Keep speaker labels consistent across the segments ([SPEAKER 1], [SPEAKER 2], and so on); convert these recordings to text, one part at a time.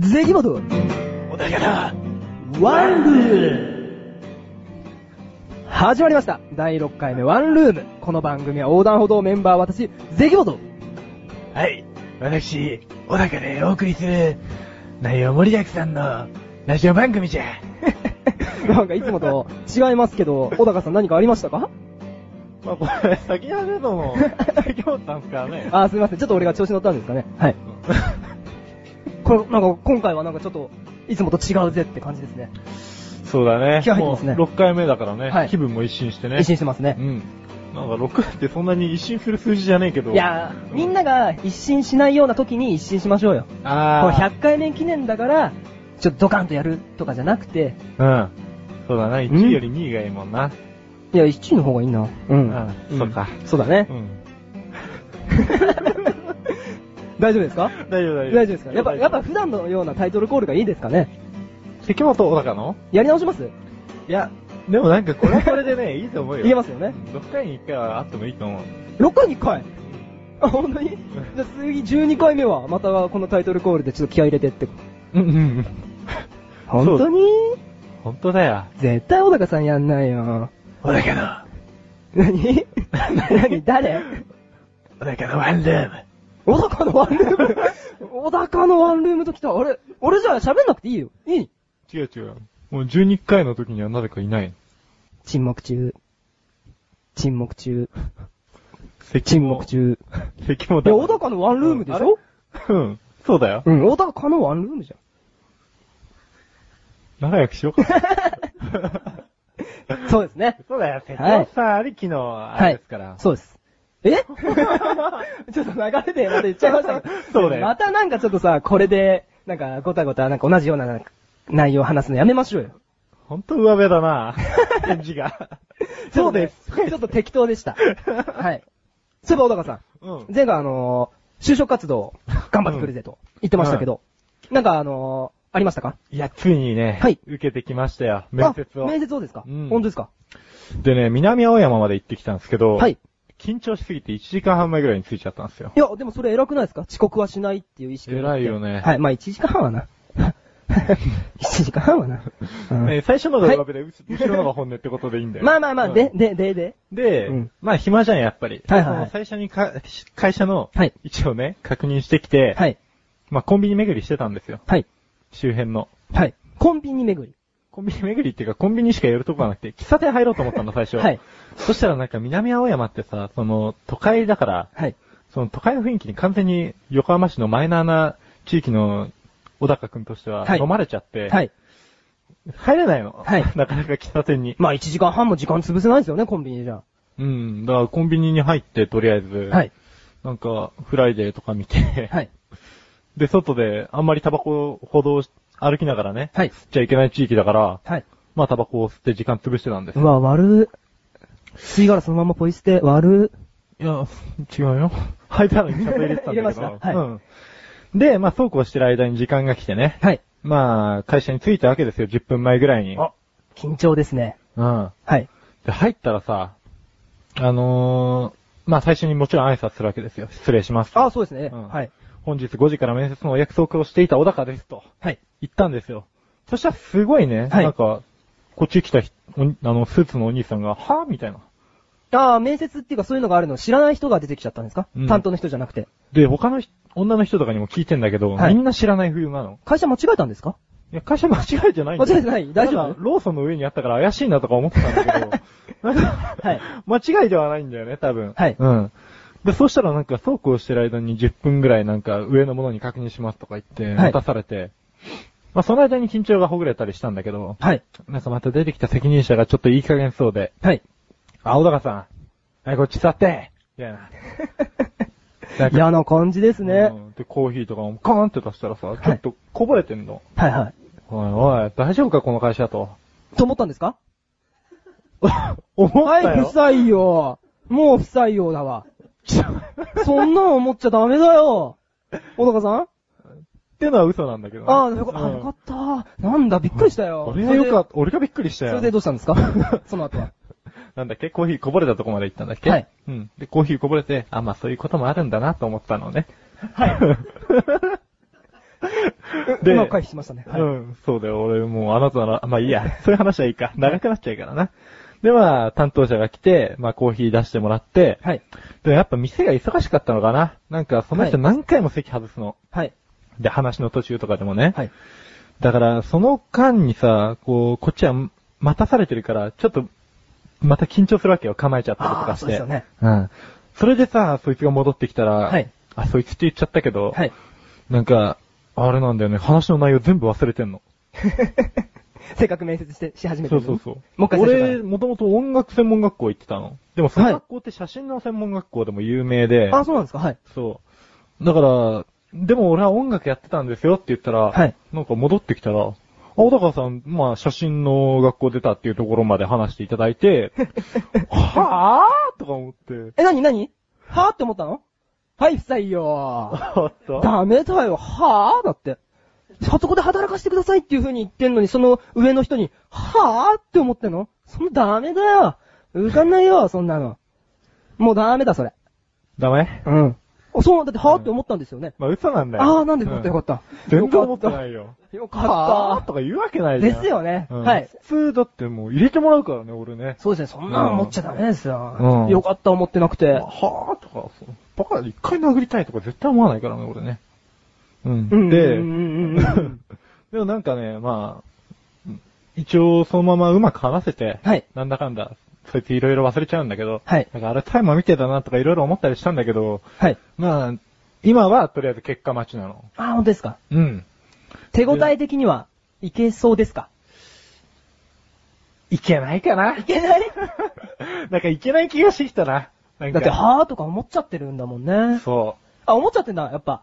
[SPEAKER 1] 荷物
[SPEAKER 2] おだやだ
[SPEAKER 1] ワンルーム始まりました第6回目ワンルームこの番組は横断歩道メンバー私、ゼキモト
[SPEAKER 2] はい、私、小高でお送りする、内容盛りだくさんの、ラジオ番組じゃ。
[SPEAKER 1] なんかいつもと違いますけど、小高さん何かありましたか
[SPEAKER 3] まあ、これ、先やる のも、先おったんすからね。
[SPEAKER 1] あー、すいません。ちょっと俺が調子乗ったんですかね。はい。これ、なんか今回はなんかちょっと、いつもと違うぜって感じですね。
[SPEAKER 3] そうだね。
[SPEAKER 1] 気合入ってますね
[SPEAKER 3] もう6回目だからね、
[SPEAKER 1] はい
[SPEAKER 3] 気分も一新してね。
[SPEAKER 1] 一新してますね
[SPEAKER 3] う。ん。なんか6ってそんなに一新する数字じゃねえけど。
[SPEAKER 1] いやー、みんなが一新しないような時に一新しましょうよ。これ
[SPEAKER 3] あ
[SPEAKER 1] 100回目記念だから、ちょっとドカンとやるとかじゃなくて、
[SPEAKER 3] ー。うん。そうだな、1位より2位がいいもんな。
[SPEAKER 1] いや、1位の方がいいな。う。
[SPEAKER 3] うんん。そうか。
[SPEAKER 1] そうだね
[SPEAKER 3] う。ん。
[SPEAKER 1] 大丈夫ですか
[SPEAKER 3] 大丈夫大
[SPEAKER 1] 大
[SPEAKER 3] 丈夫。
[SPEAKER 1] 丈夫ですかやっぱ、やっぱ普段のようなタイトルコールがいいですかね
[SPEAKER 3] 関本小高の
[SPEAKER 1] やり直します
[SPEAKER 3] いや、でもなんかこれはこれでね、いいと思うよ。
[SPEAKER 1] いけますよね。
[SPEAKER 3] 6回に1回はあってもいいと思う。
[SPEAKER 1] ?6 回に1回あ、本当にじゃあ次12回目は、またこのタイトルコールでちょっと気合い入れてって。
[SPEAKER 3] うんうん。
[SPEAKER 1] 本当に
[SPEAKER 3] 本当だよ。
[SPEAKER 1] 絶対小高さんやんないよ。
[SPEAKER 2] 小高の、
[SPEAKER 1] 何 何誰
[SPEAKER 2] 小高のワンルーム。
[SPEAKER 1] 小高のワンルーム 小高のワンルームと来た。あれ俺じゃあ喋んなくていいよ。いい
[SPEAKER 3] 違う違う。もう12回の時にはなぜかいない。
[SPEAKER 1] 沈黙中。沈黙中。
[SPEAKER 3] 関
[SPEAKER 1] 沈
[SPEAKER 3] も
[SPEAKER 1] 黙中。
[SPEAKER 3] 関も
[SPEAKER 1] い
[SPEAKER 3] だ。
[SPEAKER 1] や、小高のワンルームでしょ
[SPEAKER 3] うん。そうだよ。
[SPEAKER 1] うん、小高のワンルームじ
[SPEAKER 3] 仲良くしようか。
[SPEAKER 1] ゃん。そうですね。
[SPEAKER 3] そうだよ、関
[SPEAKER 1] はい
[SPEAKER 3] 本さんありきの、あれですから。
[SPEAKER 1] そうです。え ちょっと流れでまた言っちゃいましたけど
[SPEAKER 3] そうだよ
[SPEAKER 1] またなんかちょっとさ、これで、なんかごたごた、なんか同じようななんか内容を話すのやめましょうよ。
[SPEAKER 3] ほんと上辺だな返事が。そうです。
[SPEAKER 1] ちょっとね。ちょっと適当 でした。はい。そういえば小高さ
[SPEAKER 3] うん
[SPEAKER 1] ん、。前回あのー、就職活動、頑張ってくるぜと言ってましたけど、なんかあのー、ありましたか
[SPEAKER 3] いや、ついにね、
[SPEAKER 1] はい
[SPEAKER 3] 受けてきましたよ、面接
[SPEAKER 1] あ
[SPEAKER 3] を。
[SPEAKER 1] 面接をですか、
[SPEAKER 3] うん
[SPEAKER 1] 本当ですか
[SPEAKER 3] でね、南青山まで行ってきたんですけど、
[SPEAKER 1] はい。
[SPEAKER 3] 緊張しすぎて1時間半前ぐらいに着いちゃったんですよ。
[SPEAKER 1] いや、でもそれ偉くないですか遅刻はしないっていう意識を持って
[SPEAKER 3] 偉いよね
[SPEAKER 1] はい、まあ1時間半はな。1時間半はな。うん
[SPEAKER 3] ね最初のが上
[SPEAKER 1] はい
[SPEAKER 3] 辺で、うつ後ろのが本音ってことでいいんだよ。
[SPEAKER 1] まあまあまあ、
[SPEAKER 3] うん
[SPEAKER 1] で、で、で、で。
[SPEAKER 3] で、
[SPEAKER 1] うん
[SPEAKER 3] まあ暇じゃん、やっぱり。
[SPEAKER 1] はいはいはい
[SPEAKER 3] その最初にか会社の
[SPEAKER 1] はい、
[SPEAKER 3] 一応ね、確認してきて、
[SPEAKER 1] はい。
[SPEAKER 3] まあコンビニ巡りしてたんですよ。
[SPEAKER 1] はい。
[SPEAKER 3] 周辺の。
[SPEAKER 1] はい。コンビニ巡
[SPEAKER 3] コンビニ巡りっていうか、コンビニしかやるとこがなくて、喫茶店入ろうと思ったの、最初。
[SPEAKER 1] り。はい。
[SPEAKER 3] そしたらなんか南青山ってさ、その、都会だから、
[SPEAKER 1] はい。
[SPEAKER 3] その都会の雰囲気に完全に横浜市のマイナーな地域の小高くんとしては
[SPEAKER 1] はい
[SPEAKER 3] 飲まれちゃって、
[SPEAKER 1] はい。
[SPEAKER 3] 入れないの。
[SPEAKER 1] はい
[SPEAKER 3] なかなか喫茶店に。
[SPEAKER 1] まあ1時間半も時間潰せないですよね、コンビニじゃ。
[SPEAKER 3] うん。だからコンビニに入って、とりあえず、
[SPEAKER 1] はい。
[SPEAKER 3] なんか、フライデーとか見て、
[SPEAKER 1] はい。
[SPEAKER 3] で、外であんまりタバコを歩道し歩きながらね、
[SPEAKER 1] はい
[SPEAKER 3] 吸っちゃいけない地域だから、
[SPEAKER 1] はい。
[SPEAKER 3] まあタバコを吸って時間潰してたんです
[SPEAKER 1] う。わ、悪い。吸い殻そのままポイ捨て、悪
[SPEAKER 3] いや、違うよ。履いたのにちゃんと入れてたんだけど。
[SPEAKER 1] 入れましたはい
[SPEAKER 3] うん。で、まあそうこうしてる間に時間が来てね。
[SPEAKER 1] い。はい。
[SPEAKER 3] まあ、会社に着いたわけですよ、10分前ぐらいに。
[SPEAKER 1] あ緊張ですね。
[SPEAKER 3] うん。
[SPEAKER 1] はい。
[SPEAKER 3] で、入ったらさ、あのー、まあ最初にもちろん挨拶するわけですよ。失礼します。
[SPEAKER 1] あ、そうですね。
[SPEAKER 3] うん
[SPEAKER 1] はい。
[SPEAKER 3] 本日5時から面接のお約束をしていた小高ですと
[SPEAKER 1] はい。
[SPEAKER 3] 言ったんですよ。そしたらすごいね、
[SPEAKER 1] はい
[SPEAKER 3] なんか、こっち来たひおにあの、スーツのお兄さんが、はぁみたいな。
[SPEAKER 1] ああ、面接っていうかそういうのがあるの知らない人が出てきちゃったんですか、
[SPEAKER 3] うん
[SPEAKER 1] 担当の人じゃなくて。
[SPEAKER 3] で、他のひ女の人とかにも聞いてんだけど、
[SPEAKER 1] はい
[SPEAKER 3] みんな知らない冬なの。
[SPEAKER 1] 会社間違えたんですか
[SPEAKER 3] いや、会社間違いじゃないんだよ
[SPEAKER 1] 間違いじゃない大丈夫
[SPEAKER 3] ただローソンの上にあったから怪しいなとか思ってたんだけど、なんか、
[SPEAKER 1] はい
[SPEAKER 3] 間違いではないんだよね、多分。
[SPEAKER 1] はい
[SPEAKER 3] うん。で、そしたらなんか、そうこうしてる間に10分ぐらいなんか、上のものに確認しますとか言って、
[SPEAKER 1] はい
[SPEAKER 3] 渡されて、まあ、その間に緊張がほぐれたりしたんだけど、
[SPEAKER 1] はい。
[SPEAKER 3] なんかまた出てきた責任者がちょっといい加減そうで、
[SPEAKER 1] はい。
[SPEAKER 3] あ、小高さん、はい、こっち座ってみたい な。なんか
[SPEAKER 1] 嫌な感じですね。
[SPEAKER 3] うんで、コーヒーとかもカーンって出したらさ、
[SPEAKER 1] い
[SPEAKER 3] ちょっとこぼれてんの。
[SPEAKER 1] はいはい。
[SPEAKER 3] おいおい、大丈夫かこの会社と。
[SPEAKER 1] と思ったんですか
[SPEAKER 3] 思った
[SPEAKER 1] はい、
[SPEAKER 3] よ
[SPEAKER 1] 不。採用。もう不採用だ わ。そんなん思っちゃダメだよ。小高さん
[SPEAKER 3] ってのは嘘なんだけどね。
[SPEAKER 1] ああ、よか
[SPEAKER 3] う
[SPEAKER 1] あ
[SPEAKER 3] ん
[SPEAKER 1] よかった。なんだ、びっくりしたよ。
[SPEAKER 3] 俺がよか
[SPEAKER 1] た。
[SPEAKER 3] った。俺がびっくりした
[SPEAKER 1] そ
[SPEAKER 3] よ。
[SPEAKER 1] れでどうしたんで すかその後は。
[SPEAKER 3] なんだっけコーヒーこぼれたとこまで行ったんだっけ
[SPEAKER 1] はい。
[SPEAKER 3] うん。で、コーヒーこ ぼれて、あ、まあそういうこともあるんだなと思ったのね。はい。
[SPEAKER 1] ううまく回避しましたね。はい。
[SPEAKER 3] うん、そうだよ。俺もうあなたなら、まあいいや。そういう話はいいか。長くなっちゃうからな。で、まあ、担当者が来て、まあコーヒー出してもらって、
[SPEAKER 1] はい。
[SPEAKER 3] で、やっぱ店が忙しかったのかな。なんか、その人
[SPEAKER 1] は
[SPEAKER 3] 何回も席外すの。
[SPEAKER 1] はい。
[SPEAKER 3] で、話の途中とかでもね。
[SPEAKER 1] はい。
[SPEAKER 3] だから、その間にさ、こう、こっちは待たされてるから、ちょっと、また緊張するわけよ。構えちゃったりと
[SPEAKER 1] あ
[SPEAKER 3] か
[SPEAKER 1] あ、
[SPEAKER 3] して。
[SPEAKER 1] そうですよね。
[SPEAKER 3] うん。それでさ、そいつが戻ってきたら、
[SPEAKER 1] はい
[SPEAKER 3] あ、そいつって言っちゃったけど、
[SPEAKER 1] はい。
[SPEAKER 3] なんか、あれなんだよね、話の内容全部忘れてんの。
[SPEAKER 1] せっかく面接して、し始めて
[SPEAKER 3] そ
[SPEAKER 1] る
[SPEAKER 3] う
[SPEAKER 1] の
[SPEAKER 3] そ
[SPEAKER 1] に
[SPEAKER 3] うそう。
[SPEAKER 1] もう一回最初から
[SPEAKER 3] 俺、もともと音楽専門学校行ってたの。でもその
[SPEAKER 1] はい
[SPEAKER 3] 学校って写真の専門学校でも有名で、
[SPEAKER 1] あ、そうなんですかはい。
[SPEAKER 3] そう。だから、でも俺は音楽やってたんですよって言ったら、
[SPEAKER 1] はい
[SPEAKER 3] なんか戻ってきたら、あ、小高さん、まあ写真の学校出たっていうところまで話していただい て、はぁーとか思って。
[SPEAKER 1] え、なになにはぁって思ったのはい、不採用。
[SPEAKER 3] あった
[SPEAKER 1] ダメだよ、はぁだって。あそこで働かせてくださいっていう風に言ってんのに、その上の人に、はぁって思ってんのそのダメだよ。浮かんないよ、そんなの。もうダメだ、それ。
[SPEAKER 3] ダメ
[SPEAKER 1] うん。そう、だって、はぁって思ったんですよね。
[SPEAKER 3] まあ嘘なんだよ。
[SPEAKER 1] ああ、なんでよかった、よかった。
[SPEAKER 3] 全然思ってないよ。
[SPEAKER 1] よ
[SPEAKER 3] は
[SPEAKER 1] か
[SPEAKER 3] ぁ
[SPEAKER 1] っ
[SPEAKER 3] とか言うわけな
[SPEAKER 1] た。
[SPEAKER 3] いじゃ
[SPEAKER 1] で
[SPEAKER 3] ん。
[SPEAKER 1] すよね。
[SPEAKER 3] うん
[SPEAKER 1] はい。
[SPEAKER 3] 普通だってもう入れてもらうからね、俺ね。
[SPEAKER 1] そうですね、そんなの持っちゃダメです
[SPEAKER 3] う
[SPEAKER 1] よ
[SPEAKER 3] ん。
[SPEAKER 1] よかった、思ってなくて。
[SPEAKER 3] はぁとか、そうバカ一回殴りたいとか絶対思わないからね、俺ね。うん。
[SPEAKER 1] うん
[SPEAKER 3] で、
[SPEAKER 1] うんうんうんうん
[SPEAKER 3] でもなんかね、まあ、一応そのままうまく話せて、
[SPEAKER 1] はい
[SPEAKER 3] なんだかんだ、そいついろいろ忘れちゃうんだけど、
[SPEAKER 1] はい
[SPEAKER 3] なんかあれタイマー見てたなとかいろいろ思ったりしたんだけど、
[SPEAKER 1] はい。
[SPEAKER 3] まあ、今はとりあえず結果待ちなの。
[SPEAKER 1] ああ、本当ですか。
[SPEAKER 3] うん。
[SPEAKER 1] 手応え的には、いけそうですか
[SPEAKER 3] いけないかな
[SPEAKER 1] いけない
[SPEAKER 3] なんかいけない気がしてきたな。なんか
[SPEAKER 1] だって、はぁとか思っちゃってるんだもんね。
[SPEAKER 3] そ
[SPEAKER 1] あ、思っちゃってんだ、や っぱ。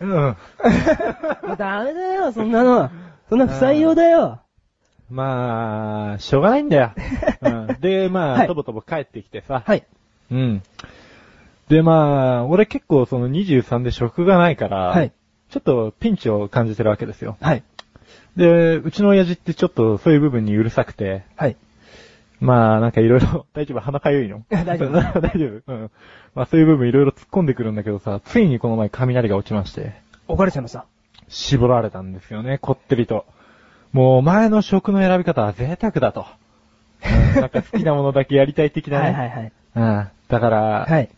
[SPEAKER 3] う。うん。
[SPEAKER 1] もうダメだよ、そんなの。そんな不採用だよ。
[SPEAKER 3] まあ、しょうがないんだよ。うん、で、まあ、
[SPEAKER 1] はい
[SPEAKER 3] とぼとぼ帰ってきてさ。
[SPEAKER 1] はい。
[SPEAKER 3] うん。で、まあ、俺結構その23で職がないから、
[SPEAKER 1] はい。
[SPEAKER 3] ちょっとピンチを感じてるわけですよ。
[SPEAKER 1] はい。
[SPEAKER 3] で、うちの親父ってちょっとそういう部分にうるさくて、
[SPEAKER 1] はい。
[SPEAKER 3] まあ、なんかいろいろ、 大丈夫鼻かゆいの
[SPEAKER 1] 大丈夫
[SPEAKER 3] 大丈夫うん。まあ、そういう部分いろいろ突っ込んでくるんだけどさ、ついにこの前雷が落ちまして。
[SPEAKER 1] 怒られちゃいました。
[SPEAKER 3] 絞られたんですよね、こってりと。もう、前の食の選び方は贅沢だと。うんなんか好きなものだけやりたい的なね。
[SPEAKER 1] はいはいはい。
[SPEAKER 3] うん。だから、
[SPEAKER 1] はい。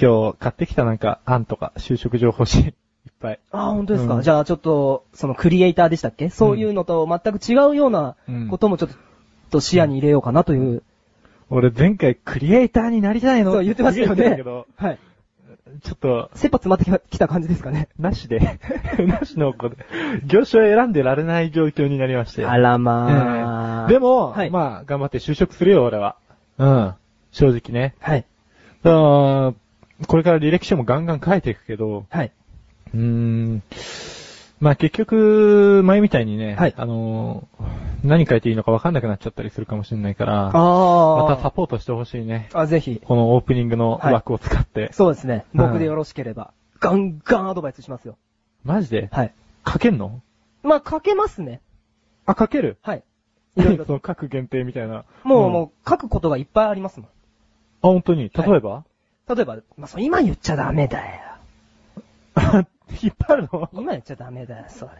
[SPEAKER 3] 今日買ってきたなんか、あんとか、就職情報誌、いっぱい。
[SPEAKER 1] ああ、本当ですか、
[SPEAKER 3] うん
[SPEAKER 1] じゃあちょっと、そのクリエイターでしたっけそういうのと全く違うような
[SPEAKER 3] うん
[SPEAKER 1] こともちょっと視野に入れようかなという。
[SPEAKER 3] 俺前回クリエイターになりたいの
[SPEAKER 1] そう言ってましたよ
[SPEAKER 3] 言ってた
[SPEAKER 1] ね
[SPEAKER 3] けど。
[SPEAKER 1] はい。
[SPEAKER 3] ちょっと、
[SPEAKER 1] 切羽詰まってきたきた感じですかね。
[SPEAKER 3] なしで、 なしのこで、業種を選んでられない状況になりまして。
[SPEAKER 1] あらまあ。
[SPEAKER 3] で、も、
[SPEAKER 1] はい
[SPEAKER 3] まあ、頑張って就職するよ、俺は。うん。正直ね。
[SPEAKER 1] はい。
[SPEAKER 3] だからこれから履歴書もガンガン書いていくけど、
[SPEAKER 1] はい。
[SPEAKER 3] うーん。まあ結局、前みたいにね、
[SPEAKER 1] はい
[SPEAKER 3] あのー、何書いていいのか分かんなくなっちゃったりするかもしれないから、
[SPEAKER 1] ああ。
[SPEAKER 3] またサポートしてほしいね。
[SPEAKER 1] あ、ぜひ。
[SPEAKER 3] このオープニングの
[SPEAKER 1] はい
[SPEAKER 3] 枠を使って。
[SPEAKER 1] そうですね。
[SPEAKER 3] うん
[SPEAKER 1] 僕でよろしければ。ガンガンアドバイスしますよ。
[SPEAKER 3] マジで
[SPEAKER 1] はい。
[SPEAKER 3] 書けんの
[SPEAKER 1] まあ、書けますね。
[SPEAKER 3] あ、書ける
[SPEAKER 1] はい。い
[SPEAKER 3] そ
[SPEAKER 1] ろいろ
[SPEAKER 3] の 書く限定みたいな。
[SPEAKER 1] もう、
[SPEAKER 3] ん
[SPEAKER 1] もう、書くことがいっぱいありますも
[SPEAKER 3] あ、本当に例えば、
[SPEAKER 1] ん。例えば、まあ、そう今言っちゃダメだよ。
[SPEAKER 3] 引っ張るの、
[SPEAKER 1] 今言っちゃダメだよ、それ。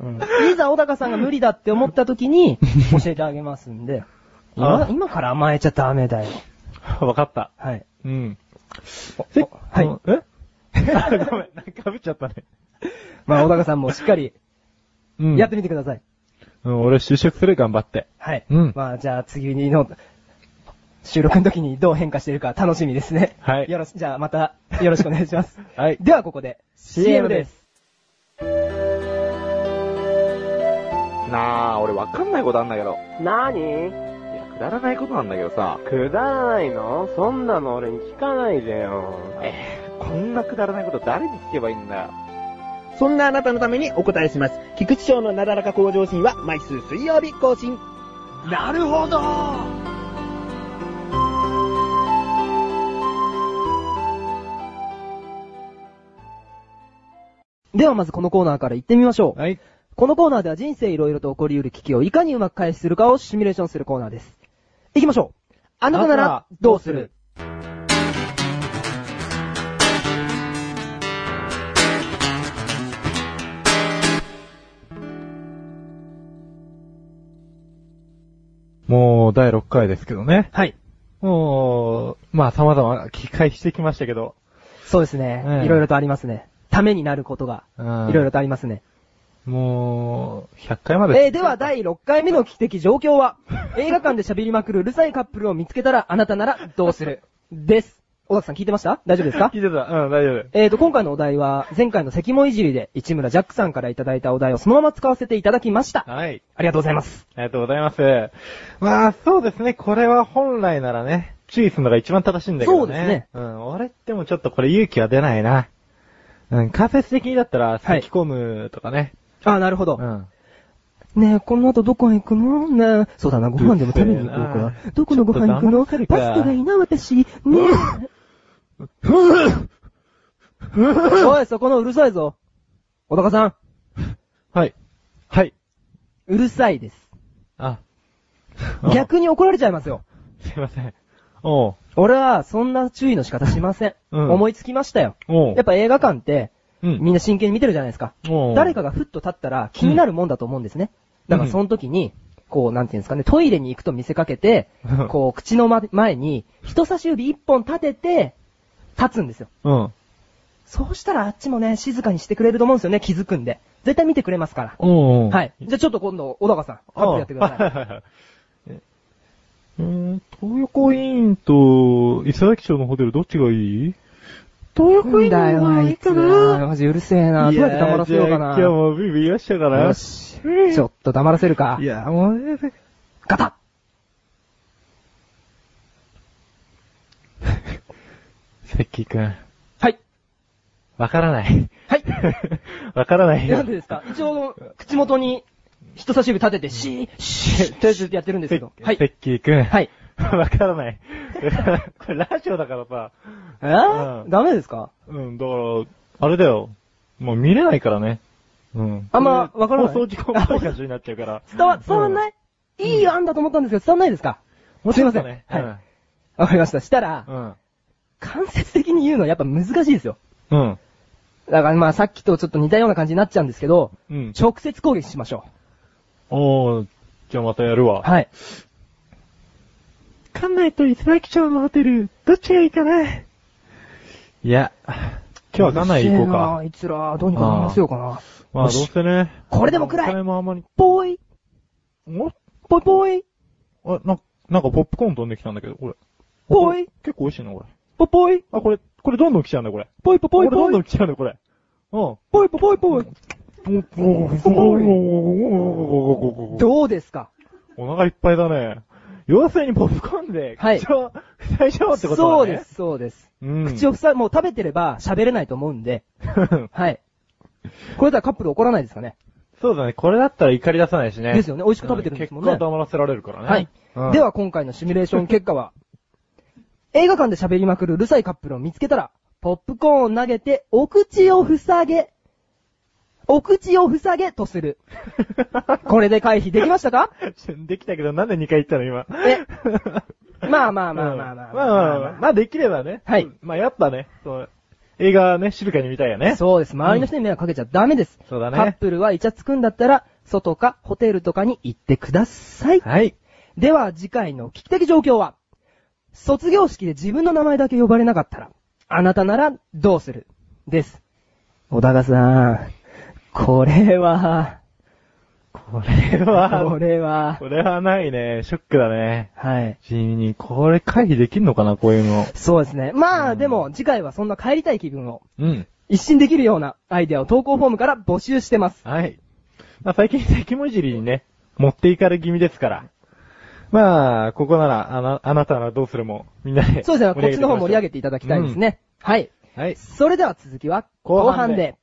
[SPEAKER 3] うん、
[SPEAKER 1] いざ小高さんが無理だって思った時に、教えてあげますんで。今
[SPEAKER 3] あ、
[SPEAKER 1] 今から甘えちゃダメだよ。
[SPEAKER 3] わかった。
[SPEAKER 1] はい。
[SPEAKER 3] うん。
[SPEAKER 1] お
[SPEAKER 3] せ
[SPEAKER 1] はい。
[SPEAKER 3] え あごめん、なんかぶっちゃったね。
[SPEAKER 1] まあ、小高さんもしっかり、
[SPEAKER 3] うん
[SPEAKER 1] やってみてください。
[SPEAKER 3] うん、俺就職する、頑張って。
[SPEAKER 1] はい。
[SPEAKER 3] うん
[SPEAKER 1] まあ、じゃあ、次の、収録の時にどう変化してるか楽しみですね。
[SPEAKER 3] はい
[SPEAKER 1] よろし、じゃあ、また、よろしくお願いします。
[SPEAKER 3] はい
[SPEAKER 1] では、ここで、CM です。
[SPEAKER 4] なあ、俺わかんないことあんだけど。
[SPEAKER 5] なに
[SPEAKER 4] いや、くだらないことなんだけどさ。
[SPEAKER 5] くだらないのそんなの俺に聞かないでよ。
[SPEAKER 4] こんなくだらないこと誰に聞けばいいんだよ。
[SPEAKER 6] そんなあなたのためにお答えします。菊池賞のなだらか向上心は毎週水曜日更新。
[SPEAKER 1] なるほどではまずこのコーナーから行ってみましょう。
[SPEAKER 3] はい。
[SPEAKER 1] このコーナーでは人生いろいろと起こり得る危機をいかにうまく回避するかをシミュレーションするコーナーです。行きましょう。あなたならどうする
[SPEAKER 3] もう、第6回ですけどね。
[SPEAKER 1] はい。
[SPEAKER 3] もう、まあ、様々、機会してきましたけど。
[SPEAKER 1] そうですね。
[SPEAKER 3] ええ
[SPEAKER 1] いろいろとありますね。ためになることが、
[SPEAKER 3] い
[SPEAKER 1] いろいろとありますね。
[SPEAKER 3] もう、100回まで。
[SPEAKER 1] えー、では第6回目の危機的状 況は、映画館で喋りまくるうるさいカップルを見つけたらあなたならどうするです。小崎さん聞いてました大丈夫ですか
[SPEAKER 3] 聞いてた。うん、大丈夫。
[SPEAKER 1] えーと、今回のお題は、前回の関もいじりで、市村ジャックさんからいただいたお題をそのまま使わせていただきました。
[SPEAKER 3] はい。
[SPEAKER 1] ありがとうございます。
[SPEAKER 3] ありがとうございます。まあ、そうですね。これは本来ならね、注意するのが一番正しいんだけどね。
[SPEAKER 1] そうですね
[SPEAKER 3] うん。俺ってもちょっとこれ勇気は出ないな。うん。間接的にだったら、
[SPEAKER 1] はい
[SPEAKER 3] 咳き込むとかね。
[SPEAKER 1] あー、なるほど。
[SPEAKER 3] うん。
[SPEAKER 1] ねえ、この後どこへ行くのねえ、そうだな、ご飯でも食べに行こう
[SPEAKER 3] うっ
[SPEAKER 1] か
[SPEAKER 3] せえな。
[SPEAKER 1] どこのご飯行く
[SPEAKER 3] ちょ
[SPEAKER 1] の
[SPEAKER 3] っと黙らせるか
[SPEAKER 1] パスタがいいな、私。ねえ。おい、そこのうるさいぞ。小高さん、
[SPEAKER 3] はい。はい。
[SPEAKER 1] うるさいです。
[SPEAKER 3] あ。
[SPEAKER 1] 逆に怒られちゃいますよ。
[SPEAKER 3] すいません。おう。
[SPEAKER 1] 俺は、そんな注意の仕方しません。
[SPEAKER 3] うん
[SPEAKER 1] 思いつきましたよ。
[SPEAKER 3] おう。
[SPEAKER 1] やっぱ映画館って、
[SPEAKER 3] うん。
[SPEAKER 1] みんな真剣に見てるじゃないですか。
[SPEAKER 3] おう
[SPEAKER 1] 誰かがふっと立ったら気になるもんだと思うんですね。だからその時に、こう、なんていうんですかね、トイレに行くと見せかけて、こう、口のま前に人差し指一本立てて、立つんですよ。
[SPEAKER 3] うん。
[SPEAKER 1] そうしたらあっちもね、静かにしてくれると思うんですよね、気づくんで。絶対見てくれますから。
[SPEAKER 3] おう。
[SPEAKER 1] はい。じゃあちょっと今度、小高さん、アップやってください。
[SPEAKER 3] さい。うん、東横インと、伊勢崎町のホテルどっちがいい東
[SPEAKER 1] だよ、あいつは。マジうるせえな。どうやって黙らせようか
[SPEAKER 3] 今日
[SPEAKER 1] な。
[SPEAKER 3] もうビビらしたから。
[SPEAKER 1] よし。 ちょっと黙らせるか
[SPEAKER 3] い。や、もう、
[SPEAKER 1] ガタッ
[SPEAKER 3] セッキーくん、
[SPEAKER 1] はい。
[SPEAKER 3] わからない。
[SPEAKER 1] はい。
[SPEAKER 3] わからないよ。
[SPEAKER 1] なんでですか一応、口元に人差し指立てて、シー、シー、シーってやってるんですけど。は
[SPEAKER 3] セ
[SPEAKER 1] い。
[SPEAKER 3] ッキーくん。
[SPEAKER 1] はい。
[SPEAKER 3] わからない。これラジオだからさ、
[SPEAKER 1] えー
[SPEAKER 3] うん
[SPEAKER 1] ダメですか
[SPEAKER 3] うん、だから、あれだよ。もう見れないからね。うん。
[SPEAKER 1] あんまわからない
[SPEAKER 3] 放送事故っぽい感じになっちゃうから。
[SPEAKER 1] 伝わ、伝わんない、いい案だと思ったんですけど、伝わんないですか
[SPEAKER 3] も
[SPEAKER 1] すいません
[SPEAKER 3] ね。
[SPEAKER 1] はいわかりました。したら
[SPEAKER 3] う、ん。
[SPEAKER 1] 間接的に言うのはやっぱ難しいですよ。
[SPEAKER 3] うん。
[SPEAKER 1] だからまあさっきとちょっと似たような感じになっちゃうんですけど、
[SPEAKER 3] うん。
[SPEAKER 1] 直接攻撃しましょ
[SPEAKER 3] おー、じゃあまたやる
[SPEAKER 1] う。
[SPEAKER 3] わ。
[SPEAKER 1] はい。
[SPEAKER 3] 館内と伊勢崎町のホテル、どっちがいいかねいや、今日は館内行こう
[SPEAKER 1] うるせえな
[SPEAKER 3] か。
[SPEAKER 1] あいつら、どうにかなりますようかな。
[SPEAKER 3] まあどうせね。
[SPEAKER 1] これでも暗い
[SPEAKER 3] お金もあんまり。
[SPEAKER 1] ぽい、
[SPEAKER 3] お
[SPEAKER 1] ぽいぽい、
[SPEAKER 3] あ、な、なんかポップコーン飛んできたんだけど、これ。
[SPEAKER 1] ぽい、
[SPEAKER 3] 結構美味しいな、これ。
[SPEAKER 1] ぽいぽい、
[SPEAKER 3] あ、これ、これどんどん来ちゃうんだ、これ。
[SPEAKER 1] ぽいぽいぽい
[SPEAKER 3] これどん
[SPEAKER 1] ぽ
[SPEAKER 3] ど
[SPEAKER 1] い、
[SPEAKER 3] ん来ちゃうんだ、これ。うん。
[SPEAKER 1] ぽいぽいぽいぽい。
[SPEAKER 3] お
[SPEAKER 1] どうですか
[SPEAKER 3] 腹いっぱいだね。要するにポップコーンで、
[SPEAKER 1] はい
[SPEAKER 3] 口を塞いじゃおうってこと
[SPEAKER 1] そう
[SPEAKER 3] だね。
[SPEAKER 1] で。す、そうです。
[SPEAKER 3] うん。
[SPEAKER 1] 口を塞い、もう食べてれば喋れないと思うんで、はい。これだったらカップル怒らないですかね。
[SPEAKER 3] そうだね。これだったら怒り出さないしね。
[SPEAKER 1] ですよね。美味しく食べてるんですもんね
[SPEAKER 3] 結果。黙らせられるからね。
[SPEAKER 1] はい。
[SPEAKER 3] うん
[SPEAKER 1] では、今回のシミュレーション結果は、 映画館で喋りまくるうるさいカップルを見つけたら、ポップコーンを投げて、お口を塞げ、お口を塞げとする。これで回避できました か
[SPEAKER 3] できたけど、なんで2回言ったの今。
[SPEAKER 1] え、まあまあまあまあまあ
[SPEAKER 3] まあまあまあまあできればね。
[SPEAKER 1] はい
[SPEAKER 3] まあやっぱね、そう、映画ね、静かに見たいよね。
[SPEAKER 1] そうです。周りの人に迷惑かけちゃダメです。
[SPEAKER 3] そうだね
[SPEAKER 1] カップルはイチャつくんだったら、外かホテルとかに行ってください。
[SPEAKER 3] はい。
[SPEAKER 1] では次回の危機的状況は、卒業式で自分の名前だけ呼ばれなかったら、あなたならどうするです。小高さん、これは、
[SPEAKER 3] これ
[SPEAKER 1] こ
[SPEAKER 3] は、
[SPEAKER 1] れは、
[SPEAKER 3] これはないね。ショックだね。
[SPEAKER 1] はい。
[SPEAKER 3] ちなみに、これ回避できんのかな、こういうの。
[SPEAKER 1] そうですね。まあ、でも次回はそんな帰りたい気分を
[SPEAKER 3] うん。
[SPEAKER 1] 一新できるようなアイデアを投稿フォームから募集してます。
[SPEAKER 3] はい。まあ最近、関文尻にね、持っていかれ気味ですから。まあ、ここなら、あな、あなたならどうするも、みんなで。
[SPEAKER 1] そうですね。こっちの方盛り上げ
[SPEAKER 3] て
[SPEAKER 1] ていただきたいですね。はい。
[SPEAKER 3] いきましょう。はい。
[SPEAKER 1] それでは続きは後半で。